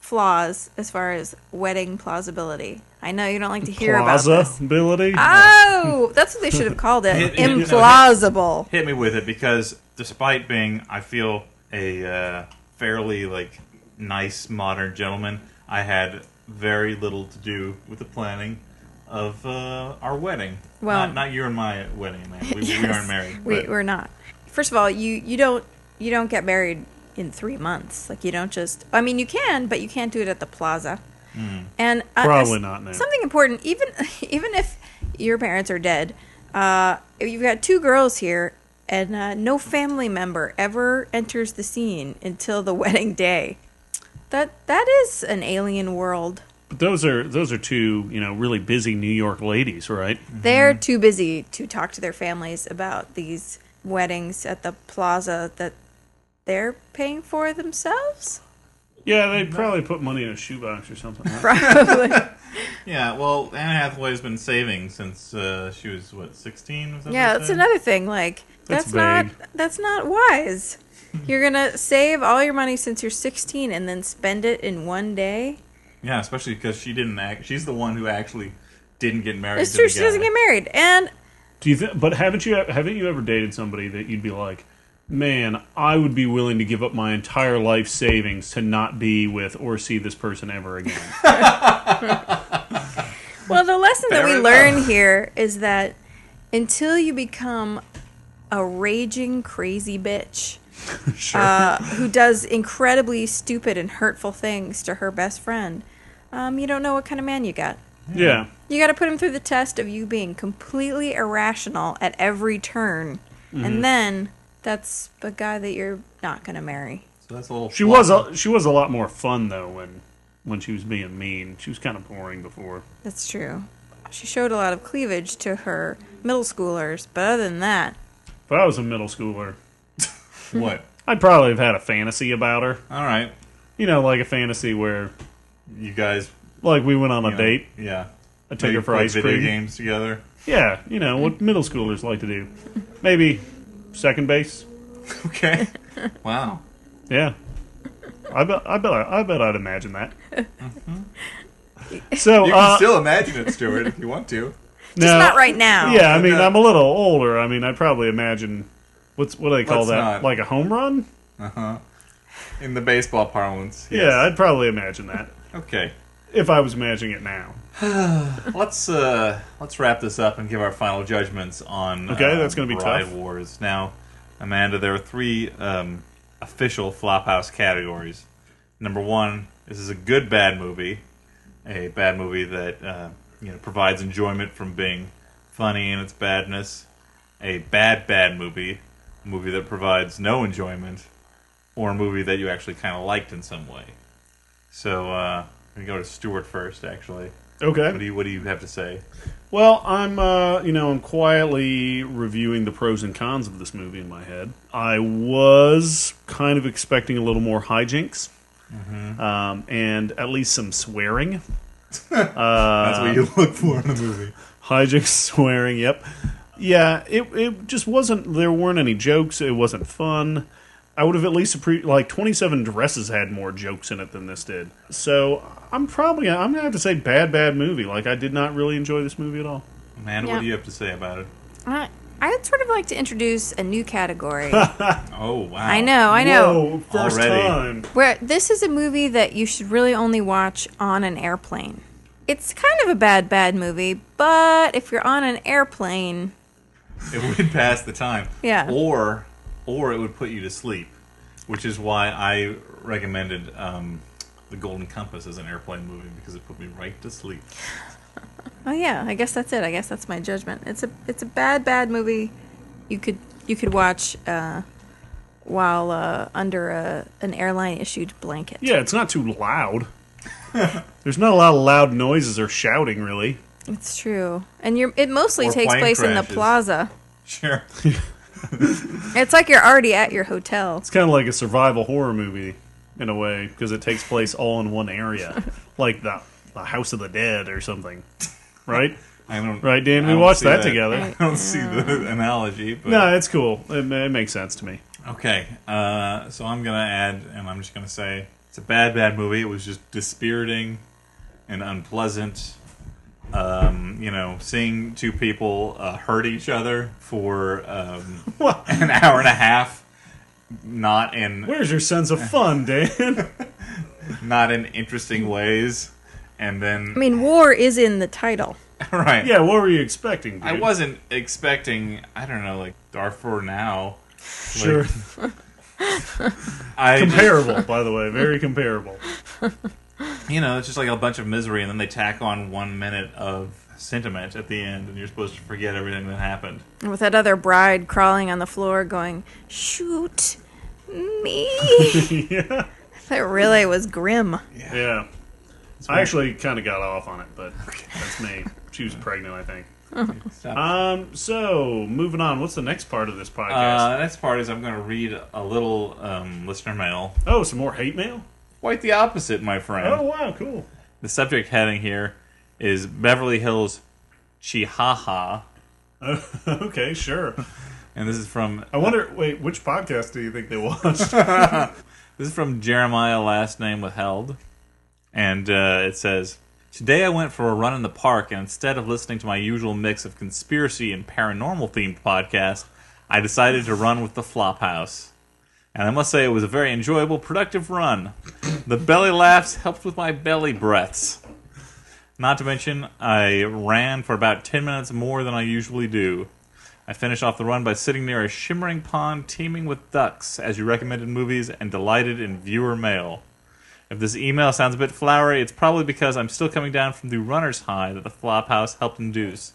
C: flaws as far as wedding plausibility. I know you don't like to hear about this.
B: plausibility.
C: Oh, that's what they should have called it.
A: It- it- no, it-
C: Implausible.
A: hit me with it because despite being i feel a uh, fairly like nice modern gentleman i had very little to do with the planning of uh, our wedding
C: Well-
A: not, not you and my wedding man we, we
C: Yes,
A: aren't married
C: We,
A: but-
C: we're not. First of all, you you don't you don't get married in three months. Like you don't just. I mean, you can, but you can't do it at the plaza.
A: Mm.
C: And uh,
B: Probably
A: s-
B: not now.
C: something important. Even even if your parents are dead, uh, you've got two girls here, and uh, no family member ever enters the scene until the wedding day. That that is an alien world.
B: But those are those are two you know really busy New York ladies, right?
C: They're too busy to talk to their families about these weddings at the plaza that they're paying for themselves.
B: Yeah, they probably put money in a shoebox or something. right?
C: Probably.
A: yeah well anne hathaway's been saving since uh, she was what 16 or something
C: yeah, that's another thing. Like
B: That's
C: that's, not
B: vague.
C: that's not wise. You're gonna save all your money since you're 16 and then spend it in one day.
A: yeah especially because she didn't act she's the one who actually didn't get married.
C: It's
A: to
C: true.
A: the
C: She
A: guy.
C: doesn't get married, and
B: Do you think? But haven't you haven't you ever dated somebody that you'd be like, man, I would be willing to give up my entire life savings to not be with or see this person ever again?
C: Well, the lesson that we
A: Fair
C: learn here is that until you become a raging crazy bitch
B: sure.
C: uh, who does incredibly stupid and hurtful things to her best friend, um, you don't know what kind of man you got.
B: yeah.
C: You got to put him through the test of you being completely irrational at every turn,
B: Mm-hmm.
C: and then that's a guy that you're not going to marry.
A: So that's a little.
B: She
A: flaw.
B: was a, she was a lot more fun though when when she was being mean. She was kind of boring before.
C: That's true. She showed a lot of cleavage to her middle schoolers, but other than that,
B: If I was a middle schooler,
A: what?
B: I'd probably have had a fantasy about her.
A: All right,
B: You know, like a fantasy where
A: you guys.
B: like we went on a
A: you know,
B: date.
A: Yeah.
B: I took
A: Maybe
B: her for
A: play
B: ice
A: video
B: cream.
A: games together.
B: Yeah, you know what middle schoolers like to do. Maybe second base.
A: Okay. wow.
B: Yeah, I bet. I bet. I, I bet. I'd imagine that. So
A: You can
B: uh,
A: still imagine it, Stuart, if you want to.
B: no,
C: just not right now.
B: Yeah, I mean,
A: No.
B: I'm a little older. I mean, I probably imagine what's what do they call
A: Let's
B: that?
A: not.
B: Like a home run?
A: Uh huh. In the baseball parlance.
B: Yeah, I'd probably imagine that
A: Yeah. Okay.
B: if I was imagining it now.
A: Let's uh let's wrap this up and give our final judgments on.
B: Okay,
A: uh,
B: that's gonna be
A: Bride
B: tough.
A: Wars. Now, Amanda, there are three um, official Flophouse categories. Number one, this is a good bad movie, a bad movie that uh, you know provides enjoyment from being funny in its badness. A bad bad movie, a movie that provides no enjoyment, or a movie that you actually kind of liked in some way. So uh, I'm gonna go to Stuart first, actually. What do
B: Okay.
A: you What do you have to say?
B: Well, I'm uh, you know I'm quietly reviewing the pros and cons of this movie in my head. I was kind of expecting a little more hijinks, um, and at least some swearing.
A: That's
B: Um,
A: what you look for in a movie.
B: hijinks swearing yep yeah it, it just wasn't there weren't any jokes it wasn't fun i would have at least appre- like 27 dresses had more jokes in it than this did so i'm probably i'm gonna have to say bad bad movie like i did not really enjoy this movie at all
A: Man,
C: Yeah.
A: what do you have to say about it?
C: Uh, I'd sort of like to introduce a new category.
A: Oh wow!
C: I know, I know.
B: Whoa, first
A: Already.
B: time
C: Where this is a movie that you should really only watch on an airplane. It's kind of a bad, bad movie, but if you're on an airplane,
A: it would pass the time.
C: Yeah.
A: Or, or it would put you to sleep, which is why I recommended um, the Golden Compass as an airplane movie because it put me right to sleep.
C: oh yeah, I guess that's it. I guess that's my judgment. It's a it's a bad, bad movie. You could you could watch uh, while uh, under a, an airline issued blanket.
B: yeah it's not too loud there's not a lot of loud noises or shouting really
C: It's true, and you're it mostly
A: Or
C: takes
A: plane
C: place in the
A: crashes.
C: plaza.
A: Sure.
C: It's like you're already at your hotel.
B: It's kind of like a survival horror movie in a way because it takes place all in one area, like the the House of the Dead or something, right?
A: I don't.
B: Right, Dan?
A: I
B: We
A: don't
B: watched
A: see
B: that together.
A: I don't see the analogy, but
B: No, it's cool. It, ma- it makes sense to me.
A: okay. Uh, so I'm gonna add, and I'm just gonna say it's a bad, bad movie. It was just dispiriting and unpleasant. Um, you know, seeing two people uh, hurt each other for um, an hour and a half, not in
B: Where's your sense of fun, Dan?
A: not in interesting ways, and
C: I
A: then
C: mean, war is in the title.
A: right,
B: yeah, what were you expecting? Dude?
A: I wasn't expecting. I don't know, like Darfur now.
B: sure
A: like, I just-
B: comparable, by the way, very comparable.
A: you know, it's just like a bunch of misery, and then they tack on one minute of sentiment at the end, and you're supposed to forget everything that happened.
C: And with that other bride crawling on the floor going, shoot me.
B: yeah,
C: that really was grim.
B: yeah. I actually kind of got off on it, but that's me. She was pregnant, I think.
A: Stop.
B: Um, so moving on. What's the next part of this podcast?
A: Uh, next part is I'm going to read a little um, listener mail.
B: Oh, some more hate mail?
A: Quite the opposite, my friend.
B: Oh, wow, cool.
A: The subject heading here is Beverly Hills Chihuahua,
B: okay, sure.
A: and this is from
B: I wonder, wait, which podcast do you think they watched?
A: This is from Jeremiah, last name withheld. And uh, it says Today I went for a run in the park, and instead of listening to my usual mix of conspiracy and paranormal themed podcasts, I decided to run with the Flophouse. And I must say, it was a very enjoyable, productive run. The belly laughs helped with my belly breaths. Not to mention, I ran for about 10 minutes more than I usually do. I finished off the run by sitting near a shimmering pond teeming with ducks as you recommended movies and delighted in viewer mail. If this email sounds a bit flowery, it's probably because I'm still coming down from the runner's high that the Flophouse helped induce.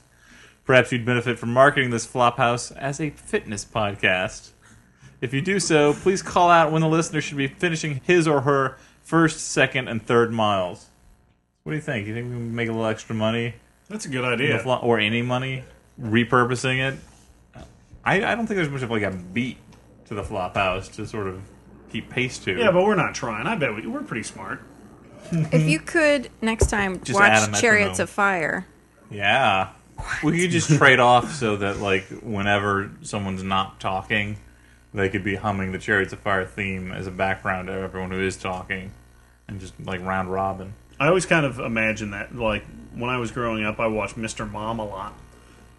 A: Perhaps you'd benefit from marketing this Flophouse as a fitness podcast. If you do so, please call out when the listener should be finishing his or her first, second, and third miles. What do you think? You think we can make a little extra money?
B: That's a good
A: the
B: idea.
A: flo- or any money repurposing it. I, I don't think there's much of like a beat to the flop house to sort of keep pace to.
B: yeah, but we're not trying. I bet we, we're pretty smart.
C: If you could next time
A: Just add a
C: watch
A: metronome.
C: Chariots of Fire.
A: yeah. We could just trade off so that like whenever someone's not talking, they could be humming the Chariots of Fire theme as a background to everyone who is talking, and just like round robin.
B: I always kind of imagine that. Like when I was growing up, I watched Mr. Mom a lot.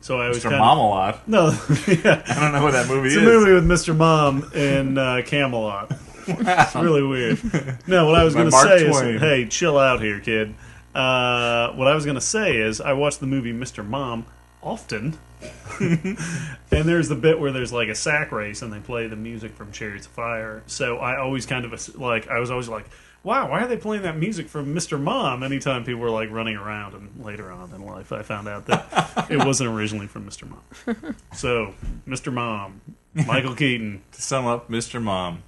B: So I was
A: Mr.
B: kind
A: Mom a lot.
B: Of, no, yeah,
A: I don't know what that movie
B: it's a
A: is.
B: movie with Mr. Mom and uh, Camelot. It's really weird. No, what I was
A: By
B: going to
A: Mark
B: say
A: Twain.
B: is, hey, chill out here, kid. Uh, what I was going to say is, I watched the movie Mr. Mom often, and there's the bit where there's like a sack race, and they play the music from Chariots of Fire. So I always kind of ass- like, I was always like, wow, why are they playing that music from Mr. Mom? Anytime people were like running around, and later on in life, I found out that it wasn't originally from Mr. Mom. So Mr. Mom, Michael Keaton.
A: to sum up Mr. Mom.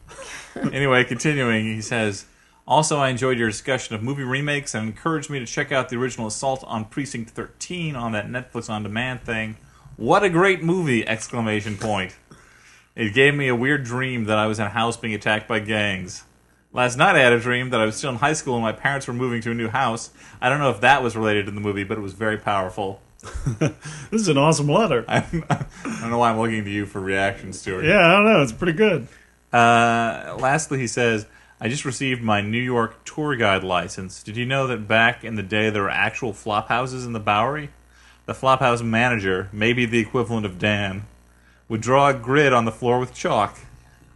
A: anyway, continuing, he says, Also, I enjoyed your discussion of movie remakes and encouraged me to check out the original Assault on Precinct 13 on that Netflix on demand thing. What a great movie! Exclamation point. It gave me a weird dream that I was in a house being attacked by gangs. Last night I had a dream that I was still in high school and my parents were moving to a new house. I don't know if that was related to the movie, but it was very powerful.
B: This is an awesome letter.
A: I don't know why I'm looking to you for reactions, Stuart.
B: Yeah, I don't know. It's pretty good.
A: Uh, lastly, he says, I just received my New York tour guide license. Did you know that back in the day there were actual flop houses in the Bowery? The flop house manager, maybe the equivalent of Dan, would draw a grid on the floor with chalk.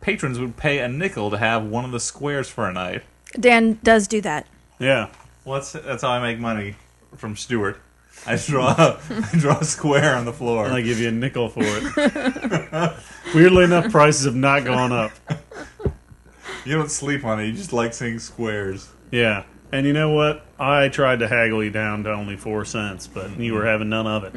A: Patrons would pay a nickel to have one of the squares for a night.
C: Dan does do that.
B: Yeah.
A: Well, that's, that's how I make money from Stewart. I draw, I draw a square on the floor.
B: And I give you a nickel for it. Weirdly enough, prices have not gone up.
A: you don't sleep on it. You just like seeing squares.
B: Yeah. And you know what? I tried to haggle you down to only four cents, but you were having none of it.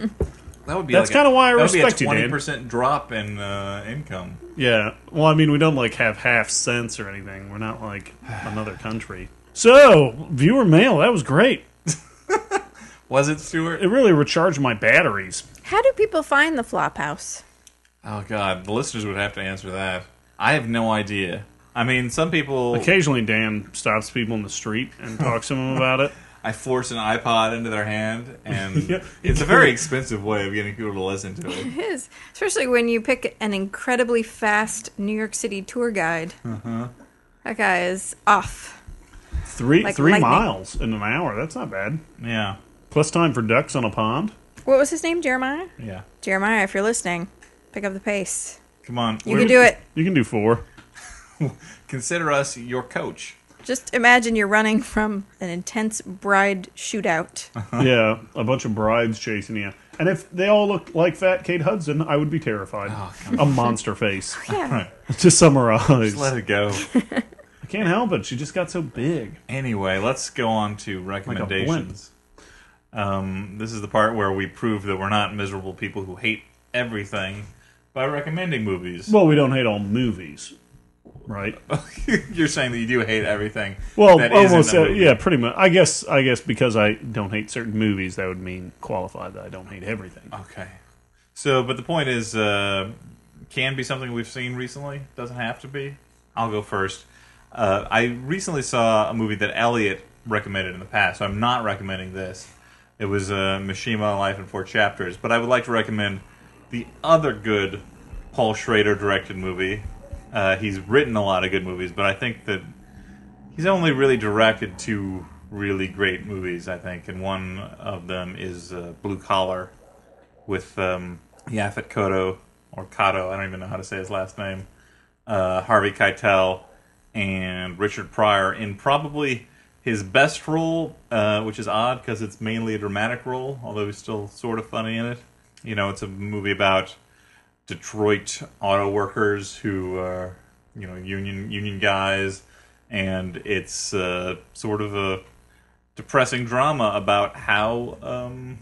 A: That would be.
B: That's
A: like a-
B: kinda why
A: that
B: I
A: would
B: respect
A: be
B: you,
A: a
B: Dan.
A: percent drop in uh, income.
B: Yeah. Well, I mean, we don't like have half cents or anything. We're not like another country. So, viewer mail, that was great.
A: Was it Stuart?
B: It really recharged my batteries.
C: How do people find the flop house?
A: Oh God, the listeners would have to answer that. I have no idea. I mean, some people.
B: Occasionally, Dan stops people in the street and talks to them about it.
A: I force an iPod into their hand, and
B: Yeah.
A: it's a very expensive way of getting people to listen to it.
C: It is. Especially when you pick an incredibly fast New York City tour guide. That guy is off.
B: Three
C: Like
B: three
C: lightning.
B: miles in an hour. That's not bad.
A: Yeah,
B: Plus time for ducks on a pond.
C: What was his name? Jeremiah?
A: yeah.
C: Jeremiah, if you're listening, pick up the pace.
A: Come on,
C: You
A: we're-
C: can do it.
B: You can do four.
A: Consider us your coach.
C: Just imagine you're running from an intense bride shootout.
B: yeah, a bunch of brides chasing you. And if they all looked like fat Kate Hudson, I would be terrified. a monster face.
C: Yeah.
B: to summarize,
A: Just let it go.
B: I can't help it. She just got so big.
A: Anyway, let's go on to recommendations. um, this is the part where we prove that we're not miserable people who hate everything by recommending movies.
B: Well, we don't hate all movies, right?
A: You're saying that you do hate everything.
B: Well,
A: that isn't
B: almost.
A: a
B: Uh,
A: movie.
B: yeah, pretty much. I guess. I guess because I don't hate certain movies, that would mean qualify that I don't hate everything.
A: Okay. So, but the point is, uh, can be something we've seen recently. Doesn't have to be. I'll go first. Uh, I recently saw a movie that Elliot recommended in the past, so I'm not recommending this. It was uh, Mishima: Life in Four Chapters, but I would like to recommend the other good Paul Schrader directed movie. Uh, he's written a lot of good movies, but I think that he's only really directed two really great movies, I think, and one of them is uh, Blue Collar with um, Yaphet Kotto or Kato, I don't even know how to say his last name, uh, Harvey Keitel, and Richard Pryor in probably his best role, uh, which is odd because it's mainly a dramatic role, although he's still sort of funny in it. You know, it's a movie about Detroit auto workers who are, you know, union union guys, and it's uh, sort of a depressing drama about how um,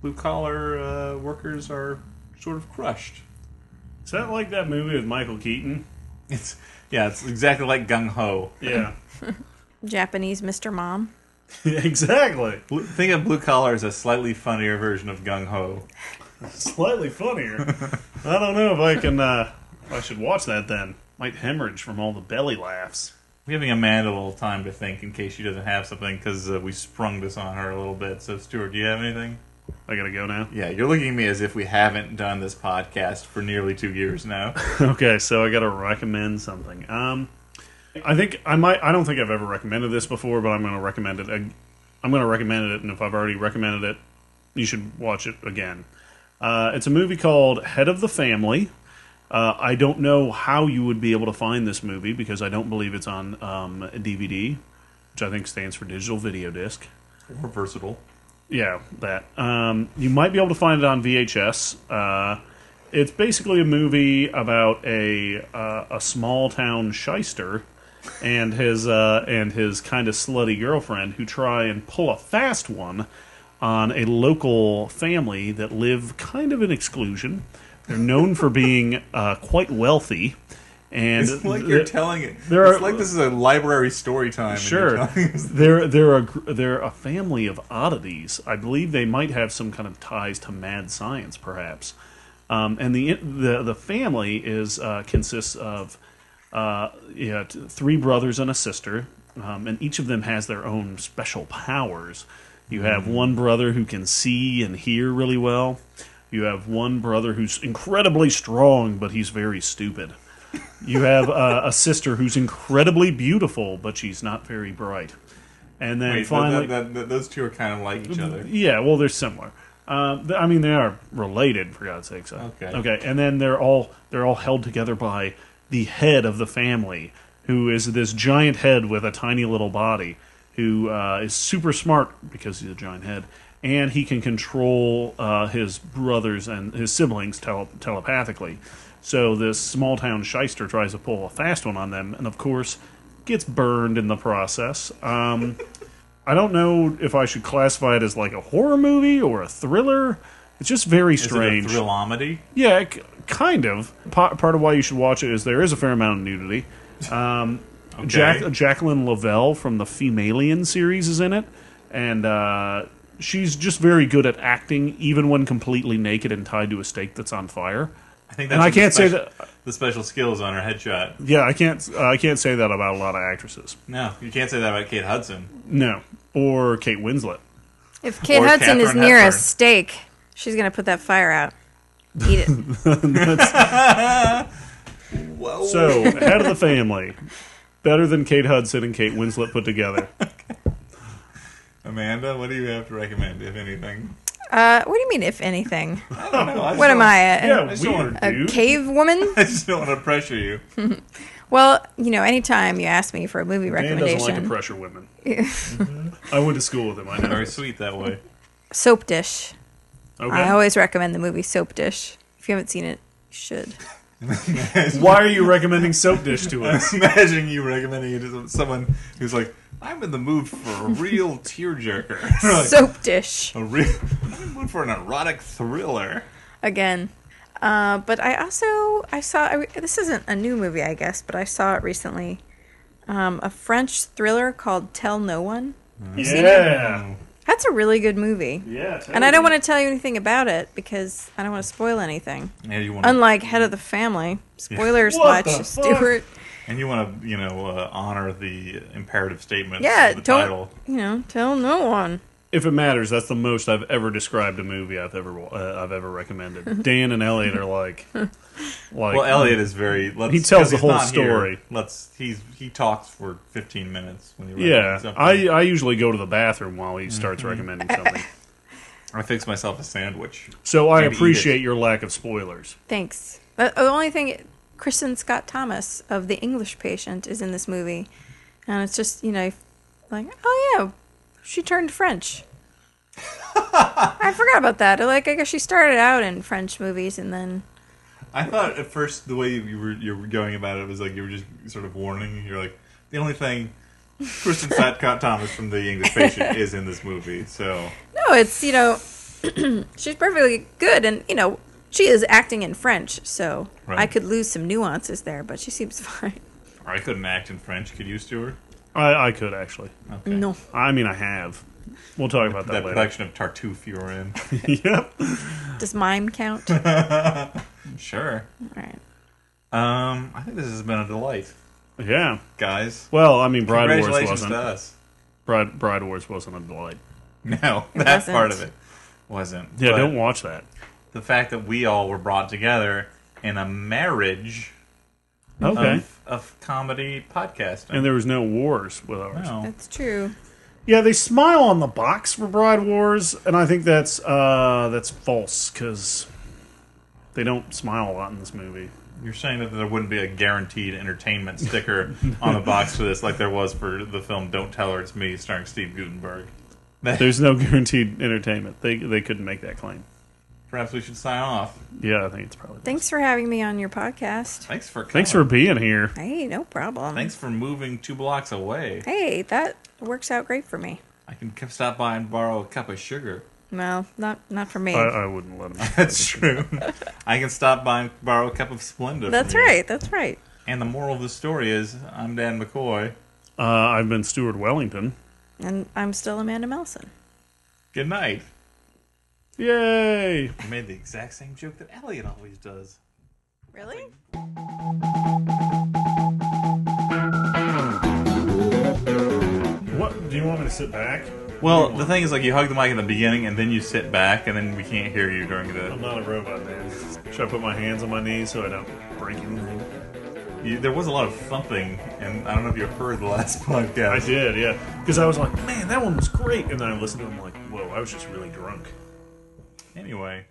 A: blue collar uh, workers are sort of crushed.
B: Is that like that movie with Michael Keaton?
A: It's yeah, it's exactly like Gung Ho.
B: Yeah.
C: Japanese Mr. Mom.
B: exactly.
A: Blue- Think of blue collar as a slightly funnier version of Gung Ho.
B: Slightly funnier. I don't know if I can. Uh, I should watch that then. Might hemorrhage from all the belly laughs.
A: I'm giving Amanda a little time to think in case she doesn't have something because uh, we sprung this on her a little bit. So, Stuart, do you have anything?
B: I gotta go now.
A: Yeah, you're looking at me as if we haven't done this podcast for nearly two years now.
B: okay, so I gotta recommend something. Um, I think I might. I don't think I've ever recommended this before, but I'm gonna recommend it. ag- I'm gonna recommend it, and if I've already recommended it, you should watch it again. Uh, it's a movie called Head of the Family. Uh, I don't know how you would be able to find this movie because I don't believe it's on um, DVD, which I think stands for digital video disc.
A: We're versatile.
B: Yeah, that. Um, you might be able to find it on VHS. Uh, it's basically a movie about a uh, a small town shyster and his uh, and his kind of slutty girlfriend who try and pull a fast one on a local family that live kind of in exclusion. They're known for being uh, quite wealthy, and
A: It's like you're
B: th-
A: telling it.
B: there
A: it's
B: are-
A: like this is a library story time. and you're
B: Sure.
A: telling us-
B: they're they're a gr- they're a family of oddities. I believe they might have some kind of ties to mad science, perhaps. Um, and the the the family is uh, consists of uh, yeah, t- three brothers and a sister, um, and each of them has their own special powers. You have one brother who can see and hear really well. You have one brother who's incredibly strong, but he's very stupid. You have uh, a sister who's incredibly beautiful, but she's not very bright. And then
A: Wait, th-
B: finally, Mm-hmm.
A: th- th- th- those two are kind of like each other.
B: yeah, well, they're similar. Um, th- I mean, they are related for God's sakes.
A: Okay.
B: Okay, and then they're all they're all held together by the head of the family, who is this giant head with a tiny little body, who uh, is super smart because he's a giant head, and he can control uh, his brothers and his siblings tele- telepathically. So this small town shyster tries to pull a fast one on them, and of course, gets burned in the process. Um, I don't know if I should classify it as like a horror movie or a thriller. It's just very
A: Is
B: strange.
A: it a thrillomedy?
B: Yeah, c- kind of. Pa- part of why you should watch it is there is a fair amount of nudity. Um, Jack- Jacqueline Lavelle from the Femalian series is in it, and uh, she's just very good at acting, even when completely naked and tied to a stake that's on fire.
A: I think that's
B: And I
A: what the
B: can't say
A: special- the special skills on her headshot.
B: Yeah, I can't. Uh, I can't say that about a lot of actresses.
A: No, you can't say that about Kate Hudson.
B: No, or Kate Winslet.
C: If Kate
A: Or
C: Hudson is
A: Katherine
C: near a
A: Hepburn.
C: steak, she's going to put that fire out. Eat it.
A: Whoa.
B: So head of the family, better than Kate Hudson and Kate Winslet put together.
A: Amanda, what do you have to recommend, if anything?
C: uh, what do you mean, if anything?
A: I don't know. I
C: What am I? A,
B: Yeah,
A: just
B: weird
A: wanted-
C: a
B: dude.
C: cave woman?
A: I just don't want to pressure you.
C: Well, you know, anytime you ask me for a movie
B: Dan doesn't like to
C: recommendation,
B: pressure women. Mm-hmm. I went to school with him. I know.
A: Very sweet that way.
C: Soap Dish. I
B: Okay.
C: always recommend the movie Soap Dish. If you haven't seen it, you should.
B: Why are you recommending soap dish to us?
A: Imagine you recommending it to someone who's like, I'm in the mood for a real tearjerker. They're like,
C: Soap Dish
A: a real, I'm in the mood for an erotic thriller.
C: again. Uh, but I also I saw I, this isn't a new movie, I guess, but I saw it recently. Um, a French thriller called Tell No One.
B: Yeah.
C: That's a really good movie.
B: Yeah.
C: And I don't want to tell you anything about it because I don't want to spoil anything.
A: And you want to,
C: Unlike Head of the Family, spoilers
B: What
C: watch
B: the fuck?
C: Stewart.
A: and you want to, you know, uh, honor the imperative statement.
C: Yeah,
A: of the
C: don't
A: title.
C: you know? Tell no one.
B: if it matters, that's the most I've ever described a movie I've ever wa- uh, I've ever recommended. Dan and Elliot are like, like um,
A: well, Elliot is very. Let's,
B: He tells
A: 'cause
B: the
A: he's
B: whole
A: not here,
B: story.
A: let's. He's he talks for fifteen minutes when he recommends
B: Yeah,
A: something.
B: I, I usually go to the bathroom while he
C: Mm-hmm.
B: starts recommending something.
A: I fix myself a sandwich.
B: So
A: Try
B: I
A: to eat
B: appreciate your lack of spoilers.
C: Thanks. Uh, The, the only thing, Kristen Scott Thomas of The English Patient is in this movie, and it's just you know, like oh yeah, she turned French. I forgot about that. Like I guess she started out in French movies and then
A: I thought at first the way you were you were going about it was like you were just sort of warning. You're like the only thing. Kristen Satcott Thomas from The English Patient is in this movie, so
C: no, Oh, it's you know, she's perfectly good and you know she is acting in French, so I
A: Right.
C: could lose some nuances there, but she seems fine.
A: I couldn't act in French. Could you, Stuart?
B: I, I could actually.
A: Okay.
C: No,
B: I mean, I have. We'll talk about
A: That
B: that later.
A: production of Tartuffe you were in.
B: yep.
C: does mime count? All
A: sure.
C: right.
A: Um, I think this has been a delight,
B: Yeah.
A: guys.
B: Well, I mean, Bride Wars
A: Congratulations to
B: wasn't.
A: us.
B: Bride, Bride Wars wasn't a delight.
A: No,
C: It
A: that
C: wasn't.
A: part of it wasn't.
B: Yeah,
A: But
B: don't watch that.
A: The fact that we all were brought together in a marriage
B: Okay.
A: of, of comedy podcasting.
B: and there was no wars with ours.
A: no.
C: That's true.
B: Yeah, they smile on the box for Bride Wars, and I think that's uh, that's false because they don't smile a lot in this movie.
A: You're saying that there wouldn't be a guaranteed entertainment sticker on the box for this, like there was for the film "Don't Tell Her It's Me," starring Steve Gutenberg.
B: There's no guaranteed entertainment. They they couldn't make that claim.
A: Perhaps we should sign off.
B: Yeah, I think it's probably.
C: Thanks for having me on your podcast.
A: Thanks for coming.
B: Thanks for being here.
C: Hey, no problem.
A: thanks for moving two blocks away.
C: Hey, that works out great for me.
A: I can c- stop by and borrow a cup of sugar.
C: Well, not not for me.
B: I, I wouldn't let him.
A: That's true. I can stop by and borrow a cup of Splenda. from
C: that's
A: you.
C: right. That's right.
A: And the moral of the story is, I'm Dan McCoy.
B: Uh, I've been Stuart Wellington.
C: And I'm still Amanda Melson.
A: Good night.
B: Yay!
A: I made the exact same joke that Elliot always does.
C: Really?
B: What do you want me to sit back?
A: Well, the thing is, like, you hug the mic at the beginning, and then you sit back, and then we can't hear you during
B: I'm
A: the.
B: not a robot, man. Should I put my hands on my knees so I don't break anything?
A: You, there was a lot of thumping, and I don't know if you heard the last
B: I
A: podcast.
B: did, yeah. Because I was like, man, that one was great. And then I listened to him like, whoa, I was just really drunk.
A: Anyway.